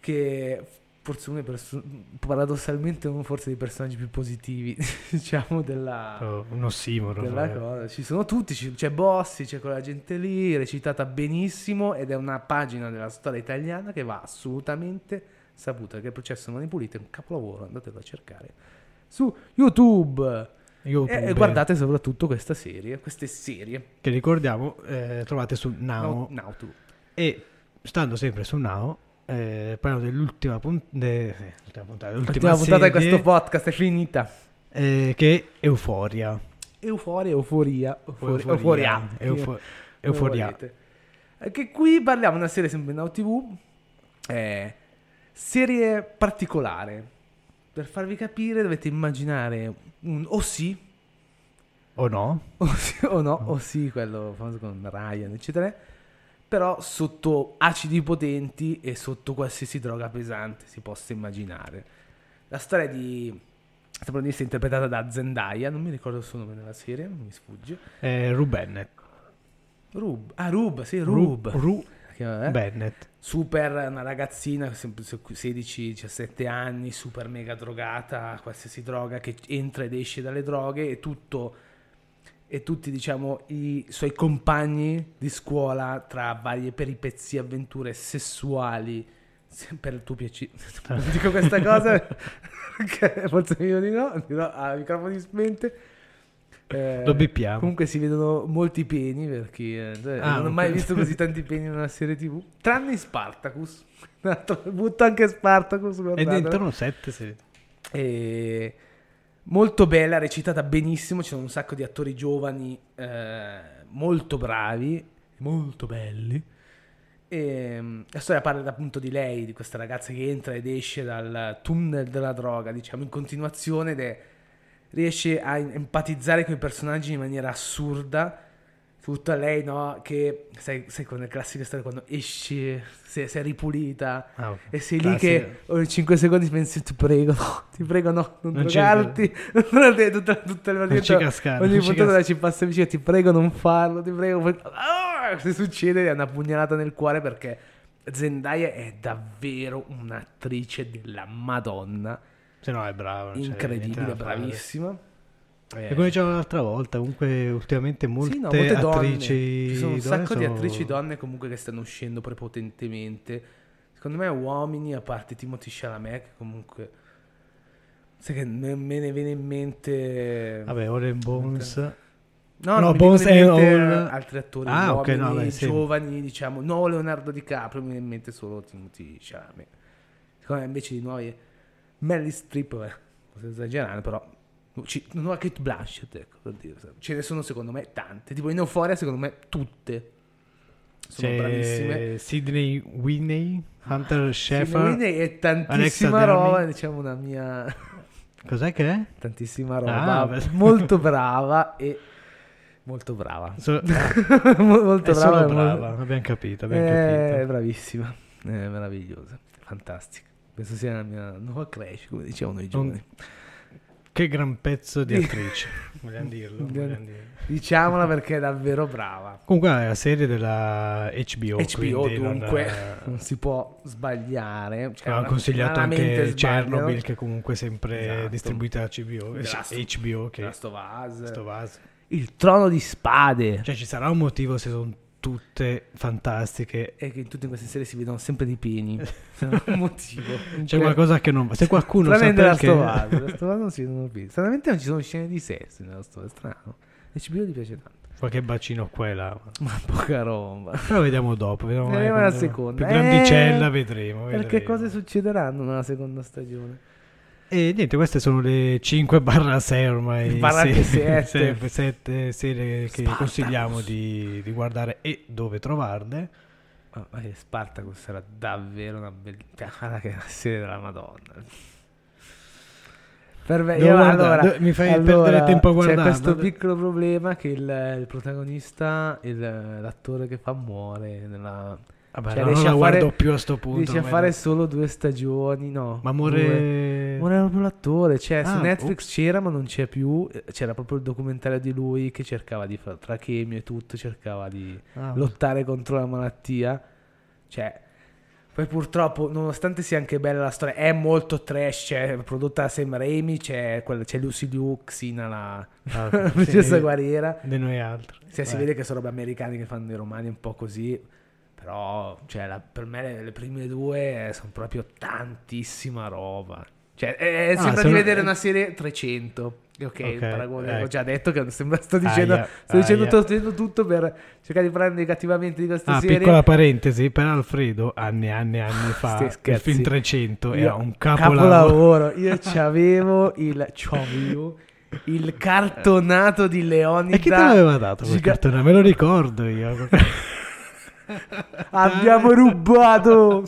Speaker 2: che forse uno dei perso- paradossalmente uno forse dei personaggi più positivi, diciamo, della,
Speaker 1: Oh, un ossimoro.
Speaker 2: della
Speaker 1: vabbè.
Speaker 2: cosa. Ci sono tutti, ci- c'è Bossi, c'è quella gente lì, recitata benissimo ed è una pagina della storia italiana che va assolutamente saputa, che il processo Mani Pulite è un capolavoro, andatelo a cercare su YouTube.
Speaker 1: Io
Speaker 2: E- E,
Speaker 1: pure.
Speaker 2: guardate soprattutto questa serie, queste serie.
Speaker 1: Che ricordiamo, eh, trovate su Now.
Speaker 2: Now, Now Two.
Speaker 1: E stando sempre su Now, eh, parliamo dell'ultima, punt- de- sì, l'ultima puntata.
Speaker 2: L'ultima
Speaker 1: L'ultima
Speaker 2: puntata di
Speaker 1: serie,
Speaker 2: questo podcast è finita.
Speaker 1: eh, che è Euforia.
Speaker 2: Euforia, euforia, euforia, euforia.
Speaker 1: Eufo-
Speaker 2: Come
Speaker 1: euforia.
Speaker 2: volete. Eh, Che qui parliamo di una serie sempre in Now TV, eh, serie particolare. Per farvi capire dovete immaginare un o sì,
Speaker 1: O no?
Speaker 2: o, sì, o no, o sì, quello famoso con Ryan, eccetera, però sotto acidi potenti e sotto qualsiasi droga pesante si possa immaginare. La storia di... La protagonista è interpretata da Zendaya, non mi ricordo il suo nome nella serie, mi sfugge.
Speaker 1: Eh, Ru Bennett.
Speaker 2: Rub, ah Rub, sì,
Speaker 1: Ru-
Speaker 2: Rub.
Speaker 1: Ru
Speaker 2: Che- eh?
Speaker 1: Bennett.
Speaker 2: super una ragazzina, sem- se- 16-17 anni, super mega drogata, qualsiasi droga che entra ed esce dalle droghe e tutto e tutti diciamo i suoi compagni di scuola tra varie peripezie, avventure sessuali se- per il tuo piacere Non dico questa cosa perché forse io di no, dirò a microfoni spenti Eh,
Speaker 1: Lo bippiamo.
Speaker 2: Comunque si vedono molti peni per chi eh, cioè,
Speaker 1: Ah,
Speaker 2: non ho
Speaker 1: ok.
Speaker 2: mai visto così tanti peni in una serie TV, tranne in Spartacus. Tanto, Butto anche Spartacus,
Speaker 1: Ed
Speaker 2: guardate.
Speaker 1: entrano sette serie.
Speaker 2: E molto bella, recitata benissimo, ci sono un sacco di attori giovani eh, molto bravi, molto belli. E, mm, la storia parla appunto di lei, di questa ragazza che entra ed esce dal tunnel della droga, diciamo, in continuazione ed è- riesce a in- empatizzare con i personaggi in maniera assurda. Tutto a lei, no? Che sai, sai con le classiche storie quando esci, sei, sei ripulita,
Speaker 1: Ah, ok.
Speaker 2: e sei lì
Speaker 1: Classica.
Speaker 2: che ogni 5 secondi pensi ti prego, no, ti prego no, non,
Speaker 1: Non ci
Speaker 2: drogarti, non te, tutta, tutta la cioè,
Speaker 1: Non ci cascare,
Speaker 2: ogni
Speaker 1: non ci
Speaker 2: puntata
Speaker 1: cascare.
Speaker 2: ci passa vicino, ti prego non farlo, ti prego. per- Ah! se succede è una pugnalata nel cuore perché Zendaya è davvero un'attrice della madonna,
Speaker 1: Se no è bravo. non c'è niente
Speaker 2: incredibile,
Speaker 1: da fare.
Speaker 2: bravissima.
Speaker 1: E
Speaker 2: Eh,
Speaker 1: come dicevo l'altra volta, comunque ultimamente molte,
Speaker 2: sì, no, donne.
Speaker 1: attrici...
Speaker 2: Ci sono un
Speaker 1: donne
Speaker 2: sacco di
Speaker 1: sono-
Speaker 2: attrici donne comunque che stanno uscendo prepotentemente. Secondo me uomini, a parte Timothy Chalamet, che comunque... Sai che ne- me ne viene in mente...
Speaker 1: Vabbè, Oren Bones.
Speaker 2: no,
Speaker 1: no,
Speaker 2: non mi vengono
Speaker 1: Bones
Speaker 2: in
Speaker 1: and
Speaker 2: mente
Speaker 1: All-
Speaker 2: altri attori
Speaker 1: Ah, ok,
Speaker 2: uomini,
Speaker 1: no, vabbè, sì.
Speaker 2: giovani, diciamo. No, Leonardo DiCaprio, mi viene in mente solo Timothy Chalamet. Secondo me invece di nuovi... Melly Strip, beh, posso esagerare, però... ci- non ho Kate Blanchett, ecco, per dire. Ce ne sono secondo me tante. Tipo in Euphoria, secondo me, tutte. Sono
Speaker 1: C'è
Speaker 2: bravissime. Ah,
Speaker 1: Sidney Whitney, Hunter
Speaker 2: Quindi
Speaker 1: Sheffer.
Speaker 2: è tantissima
Speaker 1: Alexa
Speaker 2: roba,
Speaker 1: Dami.
Speaker 2: diciamo una mia...
Speaker 1: Cos'è che è?
Speaker 2: tantissima roba.
Speaker 1: Ah, beh.
Speaker 2: molto brava e... Molto brava.
Speaker 1: So-
Speaker 2: molto
Speaker 1: è
Speaker 2: brava.
Speaker 1: solo
Speaker 2: e
Speaker 1: brava,
Speaker 2: molto-
Speaker 1: abbiamo capito, abbiamo
Speaker 2: È
Speaker 1: capito.
Speaker 2: Eh, bravissima, è meravigliosa, fantastica. Penso sia la mia nuova crash, come dicevano i giovani.
Speaker 1: Che gran pezzo di attrice, vogliamo dirlo.
Speaker 2: Vogliamo-
Speaker 1: vogliamo dirlo.
Speaker 2: Diciamola perché è davvero brava.
Speaker 1: Comunque è la serie della HBO.
Speaker 2: HBO
Speaker 1: quindi non-
Speaker 2: dunque
Speaker 1: eh,
Speaker 2: non si può sbagliare. Cioè,
Speaker 1: Avevano consigliato
Speaker 2: raramente
Speaker 1: anche
Speaker 2: sbagliano.
Speaker 1: Chernobyl,
Speaker 2: Cioè,
Speaker 1: che comunque è sempre
Speaker 2: Esatto.
Speaker 1: distribuita da CBO, eh,
Speaker 2: The
Speaker 1: sì,
Speaker 2: Last-
Speaker 1: HBO. Che
Speaker 2: Last of Us.
Speaker 1: sto vaso.
Speaker 2: Il trono di spade.
Speaker 1: Cioè, ci sarà un motivo se sono tutte fantastiche.
Speaker 2: è che in tutte queste serie si vedono sempre dei peni. Se non è un motivo.
Speaker 1: C'è qualcosa che non va. Se qualcuno sa
Speaker 2: Stranamente la
Speaker 1: perché,
Speaker 2: Stovaz, la Stovaz non si vedono più. Stranamente non ci sono scene di sesso nella Stovaz, strano. E CBO ti piace tanto.
Speaker 1: qualche bacino qua e là.
Speaker 2: Ma poca roba.
Speaker 1: Però vediamo dopo. Vediamo
Speaker 2: Ne
Speaker 1: mai
Speaker 2: arriva la
Speaker 1: quando-
Speaker 2: seconda.
Speaker 1: Più grandicella
Speaker 2: Eh,
Speaker 1: vedremo.
Speaker 2: Perché
Speaker 1: vedremo.
Speaker 2: cose succederanno nella seconda stagione?
Speaker 1: E niente, queste sono le 5 barra 6 ormai.
Speaker 2: Barra anche sette.
Speaker 1: 7. serie che
Speaker 2: Spartacus.
Speaker 1: consigliamo di, di guardare e dove trovarle.
Speaker 2: Ma ma che Spartacus sarà davvero una bella. Guarda che è una serie della Madonna. Per me,
Speaker 1: Devo
Speaker 2: io-
Speaker 1: guardare,
Speaker 2: allora,
Speaker 1: de- mi fai
Speaker 2: allora,
Speaker 1: perdere tempo a guardarlo.
Speaker 2: C'è questo piccolo problema che il, il protagonista, il- l'attore che fa, muore. Nella,
Speaker 1: Vabbè,
Speaker 2: cioè,
Speaker 1: no, non
Speaker 2: riesce
Speaker 1: la
Speaker 2: a fare-
Speaker 1: guardo più a sto punto.
Speaker 2: riesce a
Speaker 1: ormai.
Speaker 2: fare solo due stagioni. No,
Speaker 1: Ma
Speaker 2: due.
Speaker 1: muore...
Speaker 2: Muore proprio l'attore, cioè su
Speaker 1: Ah,
Speaker 2: Netflix
Speaker 1: ops.
Speaker 2: c'era ma non c'è più, eh, c'era proprio il documentario di lui che cercava di fare tra chemio e tutto, cercava di
Speaker 1: Ah,
Speaker 2: lottare contro la malattia. Cioè, poi purtroppo, nonostante sia anche bella la storia, è molto trash, cioè, è prodotta da Sam Raimi, c'è, quella, c'è Lucy Liu, Xina, la,
Speaker 1: ah,
Speaker 2: la
Speaker 1: ok,
Speaker 2: principessa
Speaker 1: sì,
Speaker 2: guerriera.
Speaker 1: Di noi Eh. altri.
Speaker 2: Cioè, si
Speaker 1: Vai.
Speaker 2: vede che sono robe americane che fanno i romani un po' così. Però, cioè, la- per me le, le prime due sono proprio tantissima roba. Cioè, è- è-
Speaker 1: Ah,
Speaker 2: sembra di
Speaker 1: sono-
Speaker 2: vedere una serie 300. Ok, il
Speaker 1: Ok,
Speaker 2: paragone,
Speaker 1: ecco.
Speaker 2: ho già detto che sembra, sto dicendo,
Speaker 1: Aia,
Speaker 2: sto dicendo
Speaker 1: aia.
Speaker 2: tutto, tutto per cercare di prendere cattivamente di questa
Speaker 1: Ah,
Speaker 2: serie.
Speaker 1: piccola parentesi, per Alfredo, anni e anni e anni
Speaker 2: Sti
Speaker 1: fa, il
Speaker 2: scherzi.
Speaker 1: film 300
Speaker 2: Io-
Speaker 1: era un capolavoro.
Speaker 2: Io c'avevo il, c'avevo il cartonato di Leonida.
Speaker 1: E chi te l'aveva dato quel
Speaker 2: Giga-
Speaker 1: cartone? Me lo ricordo io.
Speaker 2: Abbiamo rubato.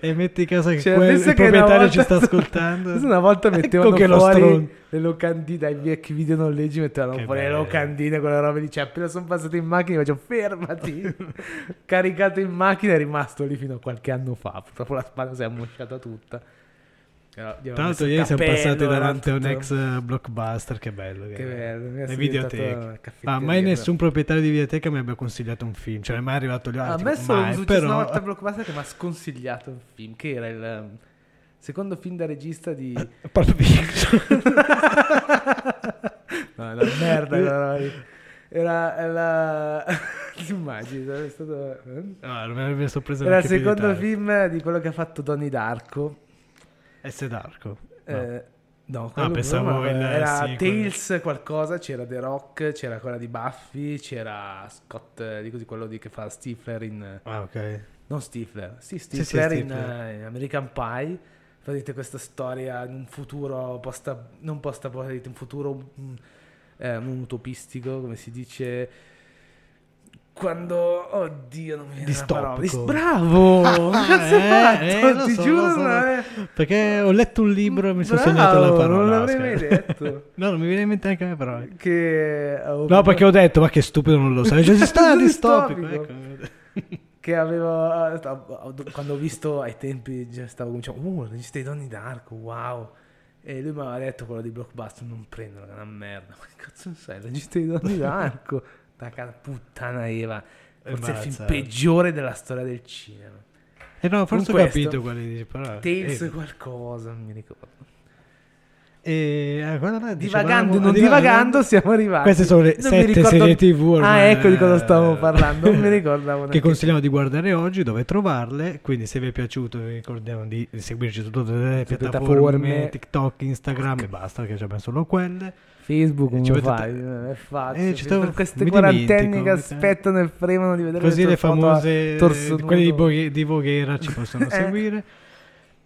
Speaker 1: e metti in casa che
Speaker 2: Cioè,
Speaker 1: quel,
Speaker 2: pensa
Speaker 1: il
Speaker 2: che una
Speaker 1: proprietario ci
Speaker 2: volta-
Speaker 1: sta ascoltando.
Speaker 2: pensa Una volta
Speaker 1: Ecco
Speaker 2: mettevano
Speaker 1: che lo
Speaker 2: fuori
Speaker 1: stronzo.
Speaker 2: le locandine, ai vecchi video noleggi mettevano
Speaker 1: Che
Speaker 2: fuori le
Speaker 1: bello.
Speaker 2: locandine, quella roba lì. Cioè, appena sono passato in macchina, faccio fermati. Caricato in macchina, è rimasto lì fino a qualche anno fa. Purtroppo la spada si è ammosciata tutta.
Speaker 1: Tra l'altro ieri siamo passati davanti a un ex eh, blockbuster, che bello.
Speaker 2: Che bello, mi è
Speaker 1: Le
Speaker 2: diventato
Speaker 1: videoteche.
Speaker 2: caffetteria,
Speaker 1: Ah, mai
Speaker 2: però.
Speaker 1: nessun proprietario di videoteca mi abbia consigliato un film. Cioè, mai è arrivato lì. ah,
Speaker 2: A
Speaker 1: tipo,
Speaker 2: me è solo
Speaker 1: mai,
Speaker 2: un successo una
Speaker 1: però...
Speaker 2: volta blockbuster che mi ha sconsigliato un film, che era il ehm, secondo film da regista di...
Speaker 1: Pulp Fiction.
Speaker 2: no, è una merda. quella roba lì. Era, la... Ti immagini, sarebbe stato- eh?
Speaker 1: No, non Ah, mi avrebbe sorpreso
Speaker 2: Era il
Speaker 1: neanche più di
Speaker 2: secondo
Speaker 1: tanto.
Speaker 2: film di quello che ha fatto Donnie Darko.
Speaker 1: S. Darko. No. Ah,
Speaker 2: eh, No, quello-
Speaker 1: pensavo
Speaker 2: no,
Speaker 1: il
Speaker 2: era
Speaker 1: sequel.
Speaker 2: Tales qualcosa, c'era The Rock, c'era quella di Buffy, c'era Scott, eh, di così, quello di, che fa Stifler in... eh,
Speaker 1: Ah, ok.
Speaker 2: Non Stifler, sì,
Speaker 1: sì,
Speaker 2: Stifler, in,
Speaker 1: Stifler.
Speaker 2: eh, in American Pie. Vedete questa storia in un futuro posta, non posta, un futuro mm, eh, non utopistico, come si dice. Quando, oddio, non mi viene la
Speaker 1: Distopico.
Speaker 2: parola. Dis- bravo! Cazzo hai fatto?
Speaker 1: eh, lo
Speaker 2: Ti
Speaker 1: so,
Speaker 2: giuro,
Speaker 1: lo so.
Speaker 2: non è-
Speaker 1: Perché ho letto un libro e mi sono
Speaker 2: Bravo,
Speaker 1: segnato la parola.
Speaker 2: non l'avrei mai
Speaker 1: scherzo.
Speaker 2: detto.
Speaker 1: no, non mi viene in mente neanche la parola.
Speaker 2: che oh,
Speaker 1: No, perché ho detto, ma che stupido non lo sai. Cioè, si sta
Speaker 2: Distopico.
Speaker 1: distopico. ecco.
Speaker 2: che avevo eh, quando ho visto ai tempi già stavo cominciando uh il regista di Donnie Darko wow e lui mi aveva detto quello di Blockbuster non prendono che è una merda ma che cazzo sei il regista di Donnie Darko da ca- puttana Eva
Speaker 1: Eh,
Speaker 2: forse è il
Speaker 1: Ammazza.
Speaker 2: film peggiore della storia del cinema
Speaker 1: Eh no, forse ho
Speaker 2: Con questo-
Speaker 1: capito quale dici, però...
Speaker 2: Tales
Speaker 1: eh,
Speaker 2: qualcosa non mi ricordo
Speaker 1: eh, eh, guarda là, dicevamo-
Speaker 2: divagando non
Speaker 1: ah,
Speaker 2: divagando siamo arrivati
Speaker 1: Queste sono le
Speaker 2: Non mi
Speaker 1: sette
Speaker 2: ricordo-
Speaker 1: serie tv ormai,
Speaker 2: ah ecco di cosa
Speaker 1: eh,
Speaker 2: stavo parlando non mi ricordavo
Speaker 1: Che
Speaker 2: neanche.
Speaker 1: consigliamo di guardare oggi, dove trovarle. Quindi, se vi è piaciuto, vi ricordiamo di seguirci su tutte le
Speaker 2: Su
Speaker 1: piattaforme,
Speaker 2: piattaforme.
Speaker 1: TikTok, Instagram e basta, perché abbiamo solo quelle.
Speaker 2: Facebook come
Speaker 1: Ci
Speaker 2: lo
Speaker 1: avete
Speaker 2: fai?
Speaker 1: t-
Speaker 2: Non è
Speaker 1: Eh,
Speaker 2: facile.
Speaker 1: ci stavo-
Speaker 2: Per queste
Speaker 1: mi
Speaker 2: quarantenni
Speaker 1: dimentico,
Speaker 2: che
Speaker 1: mi-
Speaker 2: aspettano e fremano di vedere
Speaker 1: Così
Speaker 2: le
Speaker 1: le
Speaker 2: tue foto a
Speaker 1: famose,
Speaker 2: torso
Speaker 1: eh, quelle di,
Speaker 2: nudo.
Speaker 1: Boghe- di Voghera ci possono
Speaker 2: Eh.
Speaker 1: seguire.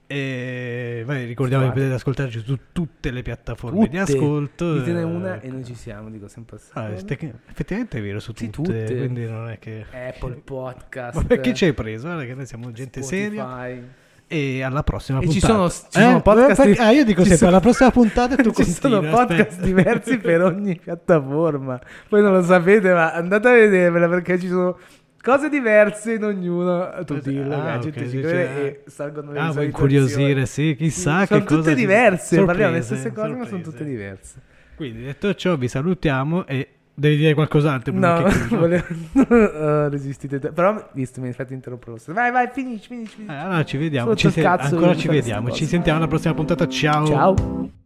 Speaker 1: E vai, ricordiamo che
Speaker 2: Guarda.
Speaker 1: potete ascoltarci su tutte le piattaforme
Speaker 2: Tutte.
Speaker 1: di ascolto.
Speaker 2: Ditene
Speaker 1: eh,
Speaker 2: una e noi ci siamo, dico sempre
Speaker 1: ah,
Speaker 2: questa cosa.
Speaker 1: ste- effettivamente è vero su tutte,
Speaker 2: Sì, tutte.
Speaker 1: quindi non è che...
Speaker 2: Apple Podcast.
Speaker 1: Ma perché ci hai preso? Guarda che noi siamo gente seria
Speaker 2: Spotify.
Speaker 1: e alla prossima
Speaker 2: E ci
Speaker 1: puntata.
Speaker 2: sono- ci sono podcast
Speaker 1: perché-
Speaker 2: di-
Speaker 1: Ah, io dico
Speaker 2: ci
Speaker 1: sempre
Speaker 2: sono-
Speaker 1: alla prossima puntata e tu
Speaker 2: Ci sono
Speaker 1: continui,
Speaker 2: podcast
Speaker 1: aspetta.
Speaker 2: diversi per ogni piattaforma. Voi non lo sapete, ma andate a vedervela perché ci sono cose diverse in ognuno. Tutti
Speaker 1: Ah,
Speaker 2: i ragazzi
Speaker 1: ok,
Speaker 2: gente ci
Speaker 1: sì,
Speaker 2: crede
Speaker 1: sì,
Speaker 2: e salgono le
Speaker 1: Ah, vuoi
Speaker 2: solitazioni.
Speaker 1: incuriosire, sì, chissà
Speaker 2: sono
Speaker 1: che cosa...
Speaker 2: tutte
Speaker 1: ci-
Speaker 2: diverse. Parliamo delle
Speaker 1: Sorprese,
Speaker 2: stesse cose, ma sono
Speaker 1: sorprese.
Speaker 2: tutte diverse.
Speaker 1: Quindi detto ciò, vi salutiamo e devi dire qualcos'altro. prima
Speaker 2: No,
Speaker 1: che chiudo.
Speaker 2: volevo... Eh, resistite. te- Però, visto, mi hai fatto interrompere. lo stesso. Vai, vai, finisci, finisci,
Speaker 1: Eh,
Speaker 2: finisci.
Speaker 1: allora ci vediamo,
Speaker 2: Sotto
Speaker 1: ci
Speaker 2: il
Speaker 1: sen-
Speaker 2: cazzo
Speaker 1: ancora
Speaker 2: di
Speaker 1: ci
Speaker 2: queste
Speaker 1: vediamo,
Speaker 2: cose.
Speaker 1: ci sentiamo alla prossima puntata,
Speaker 2: Ciao.